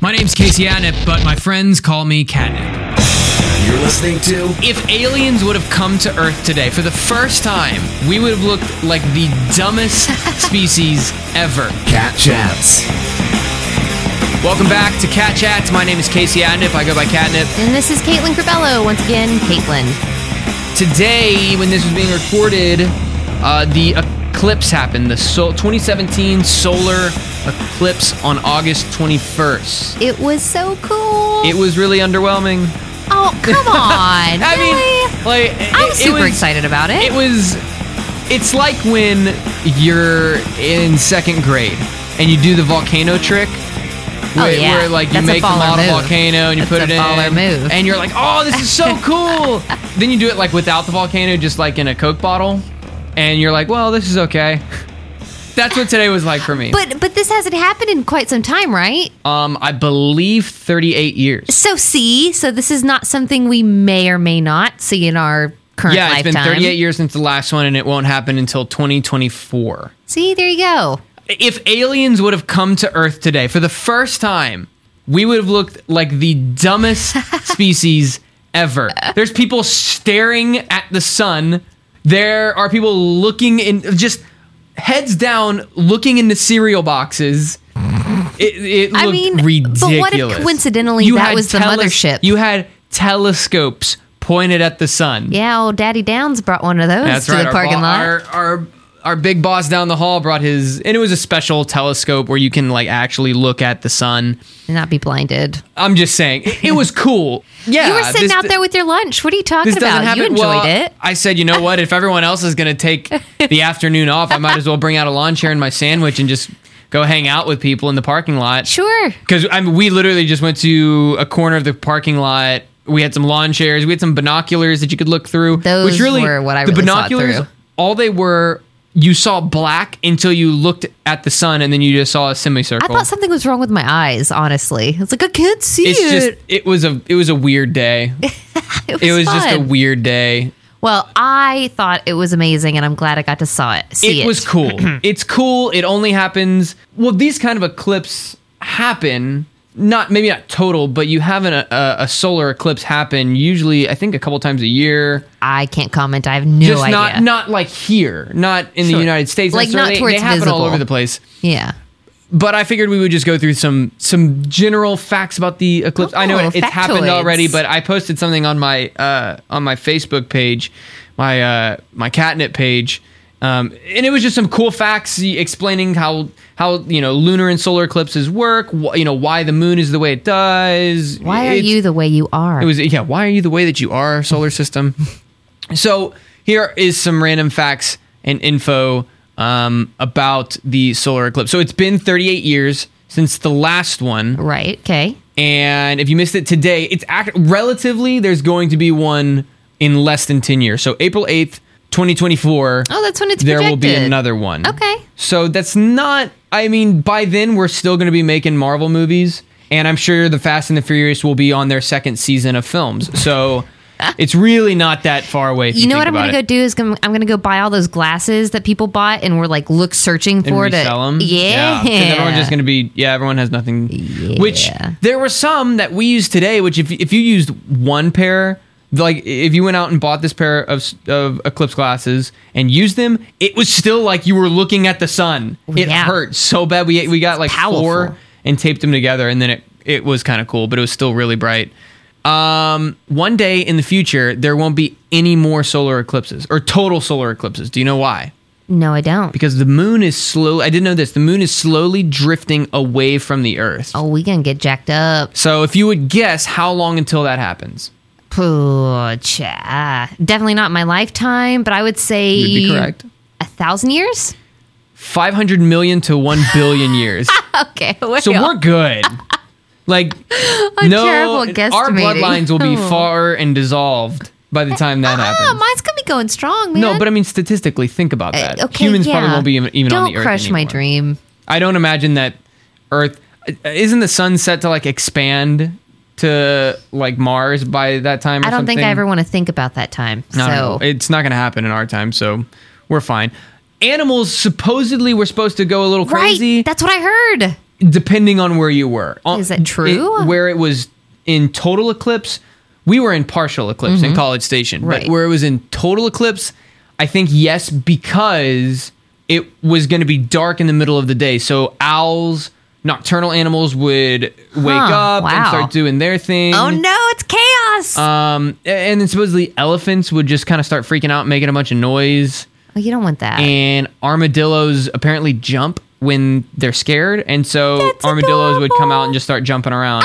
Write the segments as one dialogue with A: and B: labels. A: My name's Casey Adnip, but my friends call me Catnip.
B: You're listening to
A: If aliens would have come to Earth today for the first time, we would have looked like the dumbest species ever.
B: Cat Chats.
A: Welcome back to Cat Chats. My name is Casey Adnip. I go by Catnip.
C: And this is Caitlin Corbello once again. Caitlin,
A: Today, when this was being recorded, uh, the eclipse happened. The sol- 2017 solar eclipse on August 21st.
C: it was so cool.
A: It was really underwhelming.
C: oh, come on!
A: I
C: really?
A: mean, like it-
C: I'm
A: it
C: super
A: was-
C: excited about it.
A: It was. It's like when you're in second grade and you do the volcano trick.
C: Oh,
A: Where,
C: yeah.
A: where like you
C: That's a
A: make the
C: baller
A: model
C: move.
A: volcano and you
C: That's
A: put
C: a
A: it in,
C: baller move.
A: and you're like, "Oh, this is so cool!" then you do it like without the volcano, just like in a Coke bottle, and you're like, "Well, this is okay." That's what today was like for me.
C: but but this hasn't happened in quite some time, right?
A: um, I believe 38 years.
C: So see, so this is not something we may or may not see in our current
A: Yeah, it's
C: lifetime.
A: been 38 years since the last one, and it won't happen until 2024.
C: See, there you go.
A: if aliens would have come to Earth today for the first time, we would have looked like the dumbest species ever. There's people staring at the sun. There are people looking in just heads down, looking into cereal boxes. It, it
C: I
A: looked
C: mean, but what if
A: ridiculous.
C: coincidentally that
A: had
C: was the mothership?
A: You had telescopes pointed at the sun.
C: Yeah, old Daddy Downs brought one of those
A: That's
C: to
A: right.
C: the
A: our
C: parking
A: bo-
C: lot.
A: Our, our our big boss down the hall brought his, and it was a special telescope where you can like actually look at the sun.
C: and not be blinded.
A: I'm just saying, it, it was cool. Yeah,
C: you were sitting
A: this-
C: out there with your lunch. What are you talking
A: This doesn't
C: about?
A: happen.
C: You enjoyed
A: well,
C: it.
A: I said, you know what? If everyone else is going to take the afternoon off, I might as well bring out a lawn chair and my sandwich and just go hang out with people in the parking lot.
C: Sure.
A: Because I mean, we literally just went to a corner of the parking lot. We had some lawn chairs. We had some binoculars that you could look through.
C: Those were what I
A: the
C: really saw
A: binoculars.
C: through.
A: All they were, you saw black until you looked at the sun, and then you just saw a semicircle.
C: I thought something was wrong with my eyes, honestly. It's like I can't see
A: it's
C: it.
A: just it was a it was a weird day.
C: it was,
A: It was just a
C: fun.
A: weird day.
C: Well, I thought it was amazing and I'm glad I got to saw it. See it.
A: it was cool. it's cool. It only happens. Well, these kind of eclipses happen. Not maybe not total, but you have an, a, a solar eclipse happen usually. I think a couple times a year.
C: I can't comment. I have no
A: just
C: idea.
A: not not like here, not in
C: Sure.
A: the United States.
C: Like, not
A: necessarily.
C: towards
A: they happen all
C: visible.
A: over the place.
C: yeah.
A: But I figured we would just go through some some general facts about the eclipse. I know
C: Oh,
A: it, it's happened
C: factoids.
A: already, but I posted something on my uh, on my Facebook page, my uh, my catnip page. Um, and it was just some cool facts y- explaining how how you know lunar and solar eclipses work. Wh- you know why the moon is the way it does.
C: Why are
A: It's-
C: you the way you are?
A: it was yeah. Why are you the way that you are, solar system? so here is some random facts and info um, about the solar eclipse. So it's been 38 years since the last one,
C: right. Okay.
A: and if you missed it today, it's act- relatively there's going to be one in less than 10 years. So April 8th, 2024.
C: Oh, that's when it's
A: there will be
C: projected.
A: another one.
C: Okay.
A: So that's not. I mean, by then we're still going to be making Marvel movies, and I'm sure the Fast and the Furious will be on their second season of films. So it's really not that far away. If you,
C: You know what I'm
A: going
C: gonna
A: to
C: go do is gonna, I'm gonna go buy all those glasses that people bought and were like look searching
A: and
C: for to
A: resell them.
C: yeah.
A: 'cause everyone's just going to be yeah. Everyone has nothing. Which
C: Yeah.
A: there were some that we used today. Which if if you used one pair. Like if you went out and bought this pair of s- of eclipse glasses and used them, it was still like you were looking at the sun. It
C: Yeah.
A: hurt so bad. We we got like
C: powerful.
A: four and taped them together, and then it it was kind of cool, but it was still really bright. Um, one day in the future, there won't be any more solar eclipses or total solar eclipses. Do you know why?
C: No, I don't.
A: because the moon is slow. I didn't know this. The moon is slowly drifting away from the Earth.
C: Oh, we gonna get jacked up.
A: So if you would guess, how long until that happens?
C: Pooh, cha. Definitely not in my lifetime, but I would say
A: You'd be correct.
C: a thousand years.
A: Five hundred million to one billion years.
C: Okay,
A: So we're good. Like no,
C: terrible at
A: our
C: guesstimating.
A: bloodlines will be
C: Oh.
A: far and dissolved by the time that
C: Ah,
A: happens.
C: mine's gonna be going strong, man.
A: no, but I mean statistically, think about
C: Uh,
A: that.
C: okay,
A: Humans probably
C: yeah.
A: won't be even, even
C: Don't
A: on the Earth.
C: crush my
A: anymore.
C: dream.
A: I don't imagine that Earth eh, isn't the sun set to like expand to like Mars by that time. Or
C: I don't think I
A: something?
C: ever want to think about that time.
A: No,
C: so
A: no, no. it's not going to happen in our time, so we're fine. Animals supposedly were supposed to go a little
C: right,
A: crazy.
C: that's what I heard.
A: depending on where you were. On-
C: Is that true?
A: it- where it was in total eclipse, we were in partial eclipse in College Station,
C: Mm-hmm. Right.
A: but where it was in total eclipse, I think yes because it was going to be dark in the middle of the day. So owls, nocturnal animals would wake up and
C: wow.
A: start doing their thing.
C: Oh no, it's chaos.
A: Um, a- and then supposedly elephants would just kind of start freaking out, making a bunch of noise.
C: oh, you don't want that.
A: And armadillos apparently jump when they're scared, and so
C: That's
A: armadillos would come out
C: adorable.
A: and just start jumping around.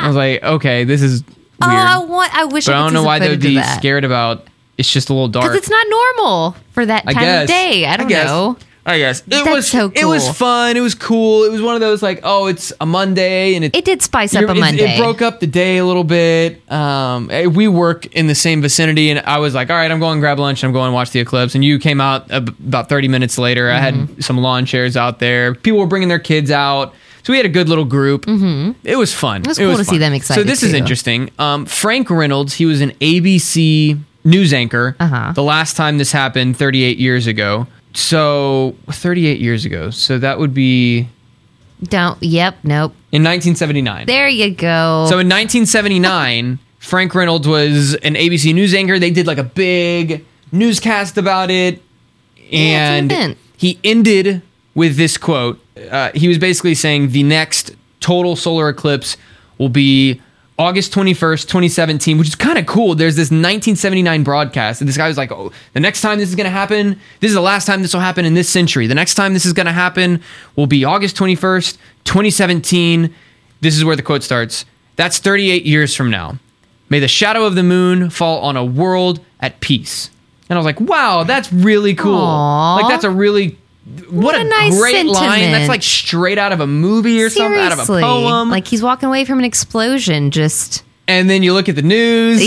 A: I was like, okay, this is weird,
C: Ah! oh, I want. I wish.
A: but
C: I, could
A: I don't
C: see
A: know
C: some
A: why they would
C: footage of
A: be
C: that.
A: scared about. It's just a little dark.
C: Because it's not normal for that
A: I
C: time
A: guess.
C: of day. I don't
A: guess.
C: know.
A: I guess it
C: That's
A: was
C: so
A: it was
C: cool.
A: fun. It was cool. It was one of those like, oh, it's a Monday, and it,
C: It did spice up
A: You're-
C: a
A: it's-
C: Monday.
A: It broke up the day a little bit. Um, eh, we work in the same vicinity, and I was like, "All right, I'm going to grab lunch. I'm going to watch the eclipse." And you came out ab- about 30 minutes later. I
C: Mm-hmm.
A: had some lawn chairs out there. People were bringing their kids out, so we had a good little group. Mm-hmm. It was fun. It
C: was cool to see them excited,
A: So this is
C: too.
A: interesting. Um, Frank Reynolds, he was an ABC news anchor.
C: Uh-huh.
A: The last time this happened, 38 years ago. So 38 years ago. So that would be
C: Don't. Yep. Nope.
A: in 1979.
C: There you go.
A: So in 1979, Frank Reynolds was an ABC news anchor. They did like a big newscast about it,
C: Yeah, it's an
A: and
C: event.
A: he ended with this quote. Uh, he was basically saying the next total solar eclipse will be August 21st, 2017, which is kind of cool. There's this 1979 broadcast, and this guy was like, "Oh, the next time this is going to happen, this is the last time this will happen in this century. The next time this is going to happen will be August 21st, 2017." This is where the quote starts. That's 38 years from now. May the shadow of the moon fall on a world at peace. And I was like, wow, that's really cool.
C: Aw.
A: Like that's a really what,
C: What
A: a,
C: a nice
A: great line.
C: sentiment.
A: That's like straight out of a movie or
C: seriously,
A: something, out of a poem.
C: like he's walking away from an explosion. Just.
A: and then you look at the news.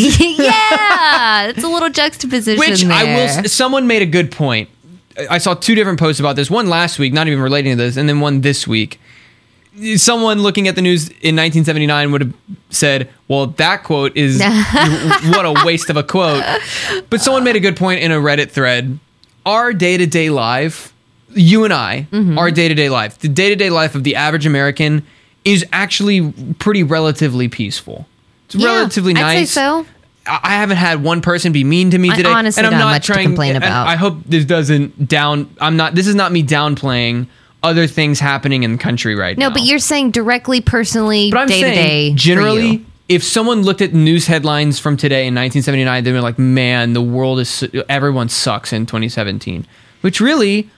C: yeah, it's a little juxtaposition
A: Which
C: there.
A: I will. s- Someone made a good point. I- I saw two different posts about this. One last week, not even relating to this, and then one this week. Someone looking at the news in 1979 would have said, "Well, that quote is what a waste of a quote." But someone made a good point in a Reddit thread. Our day to day life, you and I,
C: Mm-hmm.
A: our day to day life, the day to day life of the average American is actually pretty relatively peaceful. It's
C: Yeah,
A: relatively
C: I'd say
A: nice.
C: so.
A: I I haven't had one person be mean to me
C: I
A: today,
C: honestly
A: and I'm
C: don't
A: not
C: have much to
A: trying.
C: complain
A: and
C: about.
A: I hope this doesn't down. I'm not. This is not me downplaying other things happening in the country right
C: No,
A: now.
C: but you're saying directly, personally,
A: But I'm
C: day to day.
A: saying
C: for
A: generally,
C: you.
A: if someone looked at news headlines from today in 1979, they'd be like, "Man, the world is so- everyone sucks in 2017," which really,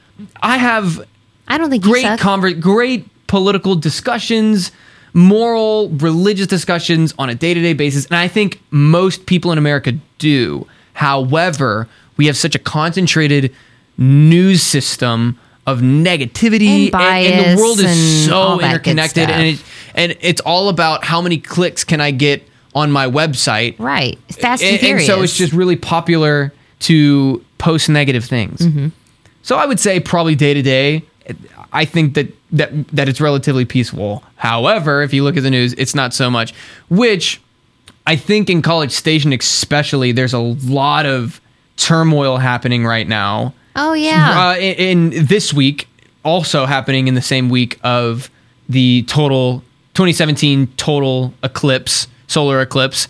A: I have
C: I don't think you
A: great
C: suck.
A: conver- great political discussions moral religious discussions on a day-to-day basis and i think most people in america do however we have such a concentrated news system of negativity
C: And
A: the world is
C: bias and all
A: so
C: that good
A: interconnected and it, and it's all about how many clicks can i get on my website
C: right, fast
A: and,
C: and,
A: and
C: furious.
A: so it's just really popular to post negative things.
C: Mm-hmm.
A: So I would say probably day to day, I think that that that it's relatively peaceful. However, if you look at the news, it's not so much. Which I think in College Station, especially, there's a lot of turmoil happening right now.
C: oh yeah,
A: Uh, in, in this week, also happening in the same week of the total 2017 total eclipse, solar eclipse.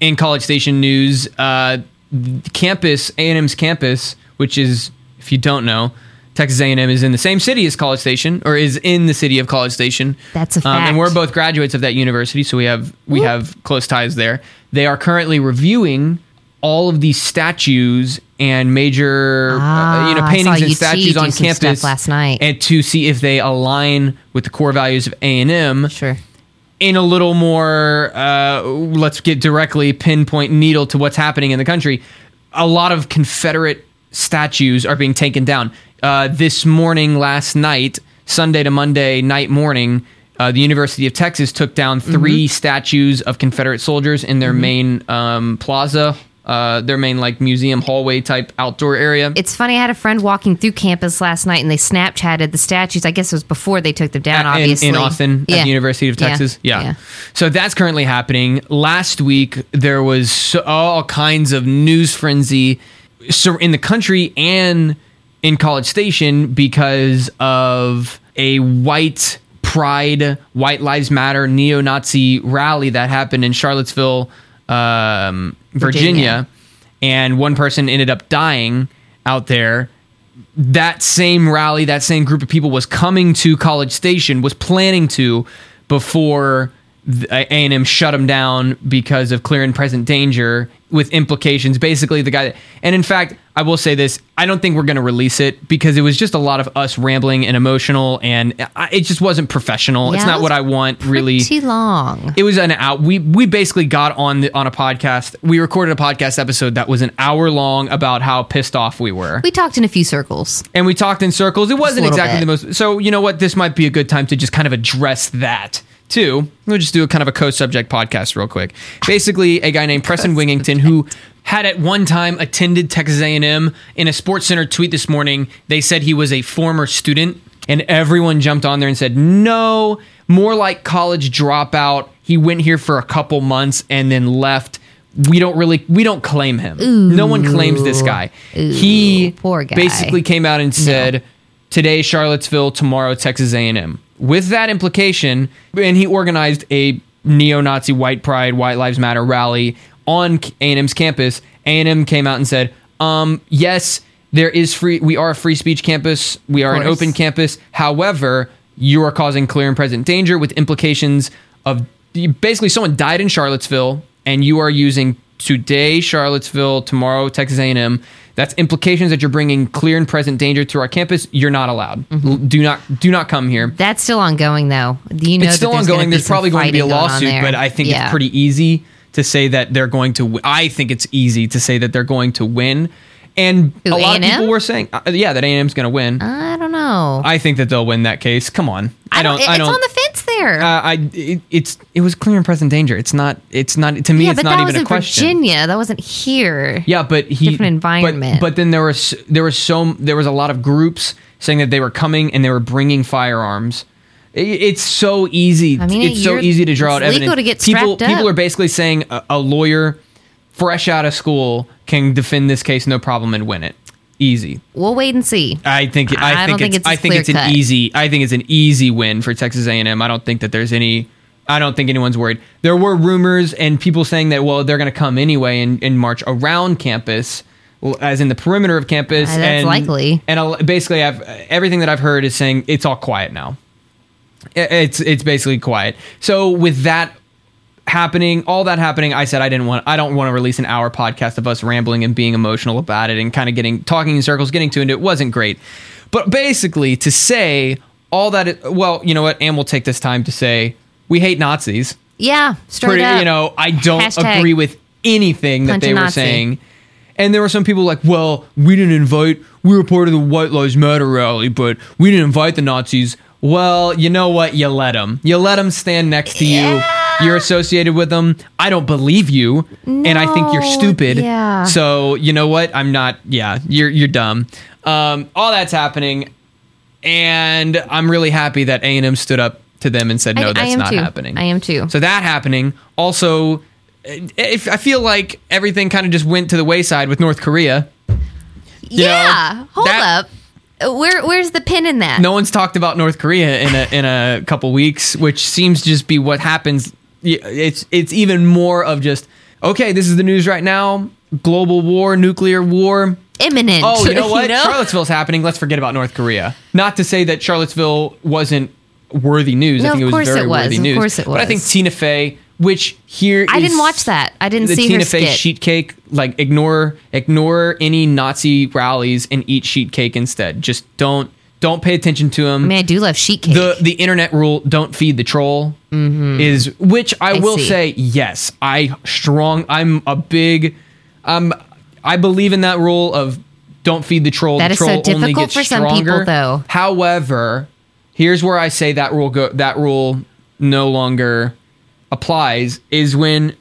A: In College Station news, uh, the campus A&M's campus, which is if you don't know, Texas A&M is in the same city as College Station, or is in the city of College Station.
C: That's a
A: Um,
C: fact.
A: and we're both graduates of that university, so we have we
C: Whoop.
A: have close ties there. They are currently reviewing all of these statues and major uh, you know
C: Ah, I saw
A: paintings and
C: UT
A: statues
C: do
A: on
C: some stuff
A: campus
C: last night.
A: and to see if they align with the core values of A&M
C: sure.
A: in a little more uh, let's get directly pinpoint needle to what's happening in the country a lot of confederate statues are being taken down uh, this morning last night sunday to monday night morning uh, the university of texas took down
C: Mm-hmm.
A: 3 statues of confederate soldiers in their main um, plaza uh, their main like museum hallway type outdoor area
C: It's funny. I had a friend walking through campus last night, and they Snapchatted the statues. I guess it was before they took them down.
A: at- in-
C: obviously,
A: in, Austin at
C: Yeah.
A: the University of
C: Yeah.
A: Texas. Yeah.
C: Yeah.
A: So that's currently happening. Last week there was so- all kinds of news frenzy sur- in the country and in College Station because of a white Pride, White Lives Matter, neo Nazi rally that happened in Charlottesville, um, Virginia.
C: Virginia.
A: And one person ended up dying out there. That same rally, that same group of people was coming to College Station, was planning to before the- uh, A&M shut them down because of clear and present danger with implications. Basically, the guy that, and in fact, I will say this: I don't think we're going to release it because it was just a lot of us rambling and emotional, and I, it just wasn't professional.
C: Yeah,
A: it's
C: it
A: not
C: was
A: what I want, really.
C: Pretty long.
A: It was an out. We we basically got on the, on a podcast. We recorded a podcast episode that was an hour long about how pissed off we were,
C: We talked in a few circles.
A: and we talked in circles. It wasn't
C: little
A: exactly
C: bit.
A: the most. So you know what? This might be a good time to just kind of address that too. We'll just do a kind of a co-subject podcast real quick. Basically, a guy named Preston Wingington who had at one time attended Texas A&M in a Sports Center tweet this morning. They said he was a former student, and everyone jumped on there and said no, more like college dropout. He went here for a couple months and then left. We don't really we don't claim him. No one claims this guy. he
C: poor guy.
A: basically came out and said today Charlottesville, tomorrow Texas A&M. With that implication, and he organized a neo-Nazi white pride, white lives matter rally on A&M's campus. A&M came out and said, "Um, yes, there is free we are a free speech campus. We are an
C: course.
A: open campus. However, you are causing clear and present danger with implications of basically someone died in Charlottesville and you are using today Charlottesville, tomorrow Texas A&M. That's implications that you're bringing clear and present danger to our campus. You're not allowed. L-
C: Mm-hmm.
A: Do not do not come here.
C: That's still ongoing, though. Do you know
A: it's still
C: that there's gonna
A: ongoing.
C: be
A: There's
C: some
A: probably going to be a
C: fighting on
A: lawsuit,
C: there?
A: but I think
C: Yeah.
A: it's pretty easy to say that they're going to. W- I think it's easy to say that they're going to win. And
C: Who,
A: a lot of
C: A&M?
A: people were saying, uh, yeah, that A&M's going to win.
C: I don't know.
A: I think that they'll win that case. Come on, I don't.
C: It's
A: I don't.
C: on the fence there.
A: uh, I it, it's it was clear and present danger. It's not. It's not to me.
C: yeah,
A: it's
C: but
A: not
C: that
A: even
C: was
A: a
C: in
A: question.
C: Virginia. That wasn't here.
A: Yeah, but he
C: Different
A: but-
C: environment.
A: But, then there was there was so there was a lot of groups saying that they were coming and they were bringing firearms. I- It's so easy.
C: I mean,
A: it's so
C: you're-
A: easy to draw out
C: it's legal
A: evidence.
C: to get
A: people
C: strapped
A: people
C: up.
A: are basically saying a, a lawyer fresh out of school can defend this case no problem and win it. Easy.
C: We'll wait and see.
A: I think
C: I
A: I,
C: don't
A: think,
C: think
A: it's,
C: it's
A: I
C: as
A: think it's an
C: clear-cut.
A: easy I think it's an easy win for Texas A&M. I don't think that there's any I don't think anyone's worried. There were rumors and people saying that well they're going to come anyway and, and march around campus l- as in the perimeter of campus
C: Uh, that's
A: and
C: likely.
A: And I'll- basically I've everything that I've heard is saying it's all quiet now. I- It's it's basically quiet. So with that happening, all that happening, I said I didn't want I don't want to release an hour podcast of us rambling and being emotional about it and kind of getting talking in circles, getting to it. It wasn't great. But basically to say all that it- well, you know what, and we'll take this time to say we hate Nazis.
C: Yeah, straight
A: Pretty,
C: up.
A: you know, I don't
C: Hashtag
A: agree with anything that
C: punch a
A: they were
C: Nazi.
A: saying. And there were some people like, well, we didn't invite, we were part of the White Lives Matter rally, but we didn't invite the Nazis. Well, you know what? You let them. You let them stand next to you. You're associated with them. I don't believe you, and I think you're
C: No,
A: stupid.
C: yeah.
A: So you know what? I'm not. Yeah, you're you're dumb. Um, all that's happening, and I'm really happy that A and M stood up to them and said,
C: I-
A: no,
C: I
A: that's
C: am
A: not
C: too.
A: happening.
C: I am too.
A: So that happening also, if I feel like everything kind of just went to the wayside with North Korea. you know,
C: yeah. hold
A: that-
C: up. Where where's the pin in that?
A: No one's talked about North Korea in a in a couple weeks, which seems to just be what happens. Y- It's it's even more of just okay. This is the news right now: global war, nuclear war.
C: Imminent.
A: Oh, you know what? Charlottesville's happening. Let's forget about North Korea. Not to say that Charlottesville wasn't worthy news.
C: No,
A: I think
C: of
A: it was
C: course
A: very
C: it was.
A: worthy
C: Of
A: news.
C: course it
A: But I think
C: was.
A: Tina Fey, which here
C: I didn't
A: is-
C: watch that. I didn't
A: the
C: see
A: Tina
C: her
A: Fey
C: skit.
A: sheet cake. Like ignore ignore any Nazi rallies and eat sheet cake instead. Just don't don't pay attention to them.
C: I mean, I do love sheet cake. Mm-hmm.
A: The the internet rule don't feed the troll is which I,
C: I
A: will
C: see.
A: say yes I strong I'm a big um I believe in that rule of don't feed the troll
C: That
A: the
C: is so
A: troll only
C: difficult
A: gets
C: for some people,
A: stronger
C: though.
A: however here's where I say that rule go that rule no longer applies is when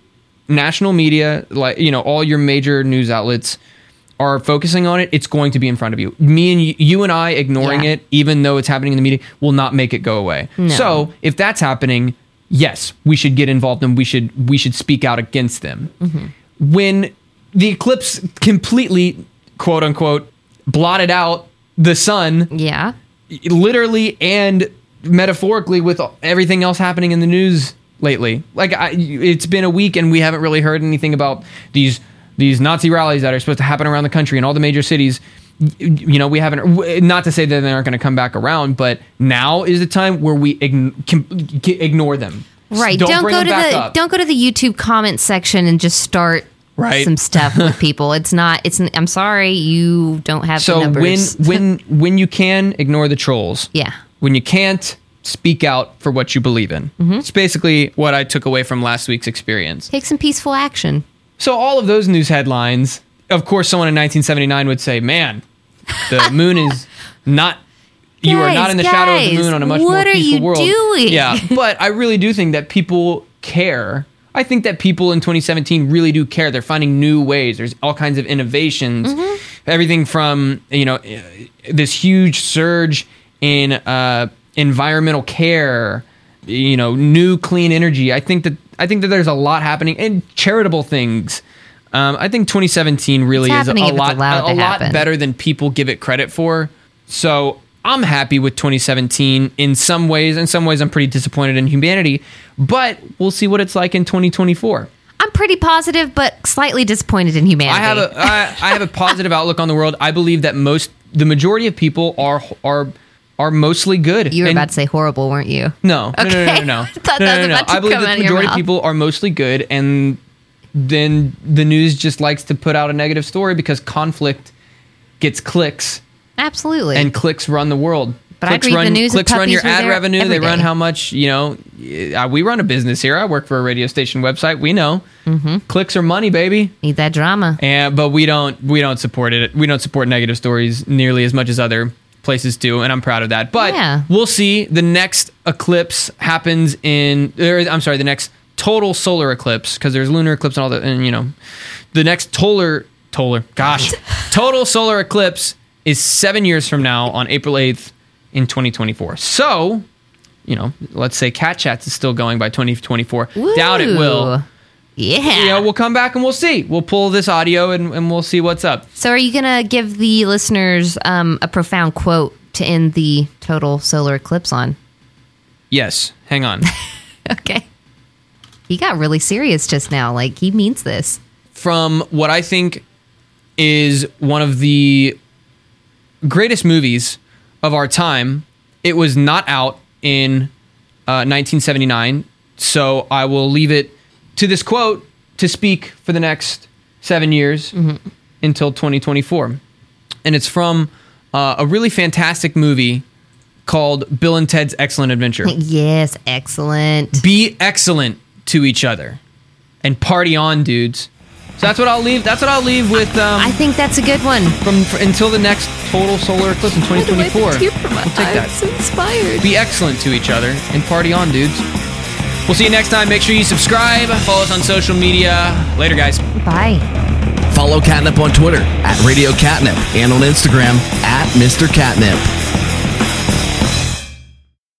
A: national media like you know all your major news outlets are focusing on it it's going to be in front of you me and you, you and i ignoring
C: Yeah.
A: it even though it's happening in the media will not make it go away so if that's happening yes we should get involved and we should we should speak out against them when the eclipse completely quote unquote blotted out the sun
C: yeah.
A: literally and metaphorically with everything else happening in the news lately. Like I, it's been a week and we haven't really heard anything about these these Nazi rallies that are supposed to happen around the country in all the major cities. Y- You know, we haven't. w- Not to say that they aren't going to come back around, but now is the time where we ign- com- g- ignore them.
C: Right.
A: Don't,
C: Don't,
A: bring
C: go
A: them
C: to
A: back
C: the
A: up.
C: don't go to the YouTube comment section and just start
A: Right.
C: some stuff with people. It's not it's n- I'm sorry, you don't have the
A: so when
C: numbers.
A: when when you can ignore the trolls
C: Yeah.
A: when you can't speak out for what you believe in
C: Mm-hmm.
A: it's basically what i took away from last week's experience
C: Take some peaceful action.
A: so all of those news headlines of course someone in 1979 would say man the moon is not you are not
C: Guys,
A: in the shadow of the
C: guys,
A: moon on a much
C: what
A: more
C: are
A: peaceful
C: you
A: world
C: doing?
A: yeah but i really do think that people care i think that people in 2017 really do care they're finding new ways there's all kinds of innovations
C: Mm-hmm.
A: everything from you know eh, this huge surge in uh, environmental care you know new clean energy i think that i think that there's a lot happening and charitable things um, i think 2017 really
C: It's
A: is a
C: happening if it's
A: lot a,
C: allowed to
A: a lot
C: happen.
A: better better than people give it credit for. So I'm happy with 2017 in some ways. In some ways, I'm pretty disappointed in humanity, but we'll see what it's like in 2024.
C: I'm pretty positive but slightly disappointed in humanity.
A: I have a I, I have a positive outlook on the world. I believe that most the majority of people are are are mostly good.
C: you were
A: And-
C: about to say horrible, weren't you?
A: no, no, no, no,
C: Okay.
A: no, no,
C: I thought
A: no,
C: that
A: no,
C: was
A: no, no.
C: about to
A: I believe
C: come
A: that
C: out
A: the
C: of your
A: majority of
C: mouth.
A: people are mostly good, and then the news just likes to put out a negative story because conflict gets clicks
C: Absolutely.
A: and clicks run the world.
C: But I'd
A: clicks
C: read
A: run,
C: the news and
A: Clicks run your
C: puppies were
A: ad
C: there
A: revenue. They
C: every
A: run
C: day.
A: how much you know. Uh, we run a business here. I work for a radio station website. We know
C: Mm-hmm.
A: clicks are money, baby.
C: Need that drama.
A: And but we don't we don't support it. We don't support negative stories nearly as much as other places do, and I'm proud of that. But
C: Yeah.
A: we'll see. The next eclipse happens in. Or, I'm sorry. The next total solar eclipse because there's lunar eclipse and all that, and you know, the next tolar tolar. Gosh, total solar eclipse is seven years from now on April 8th in 2024. So. You know, let's say Cat Chats is still going by 2024. Doubt it will
C: Ooh. Yeah.
A: you know, we'll come back and we'll see. We'll pull this audio and, and we'll see what's up.
C: so are you gonna give the listeners um, a profound quote to end the total solar eclipse on?
A: Yes, hang on.
C: Okay. He got really serious just now. Like he means this.
A: From what I think is one of the greatest movies of our time, it was not out in uh, 1979. So I will leave it to this quote to speak for the next seven years until 2024. And it's from uh, a really fantastic movie called Bill and Ted's Excellent Adventure.
C: Yes, excellent.
A: be excellent to each other and party on dudes so that's what i'll leave that's what i'll leave with um
C: I think that's a good one.
A: from f until the next total solar eclipse in 2024 we'll take that
C: inspired.
A: be excellent to each other and party on dudes we'll see you next time make sure you subscribe follow us on social media later guys
C: Bye.
B: Follow Catnip on Twitter at Radio Catnip and on Instagram at Mr. Catnip.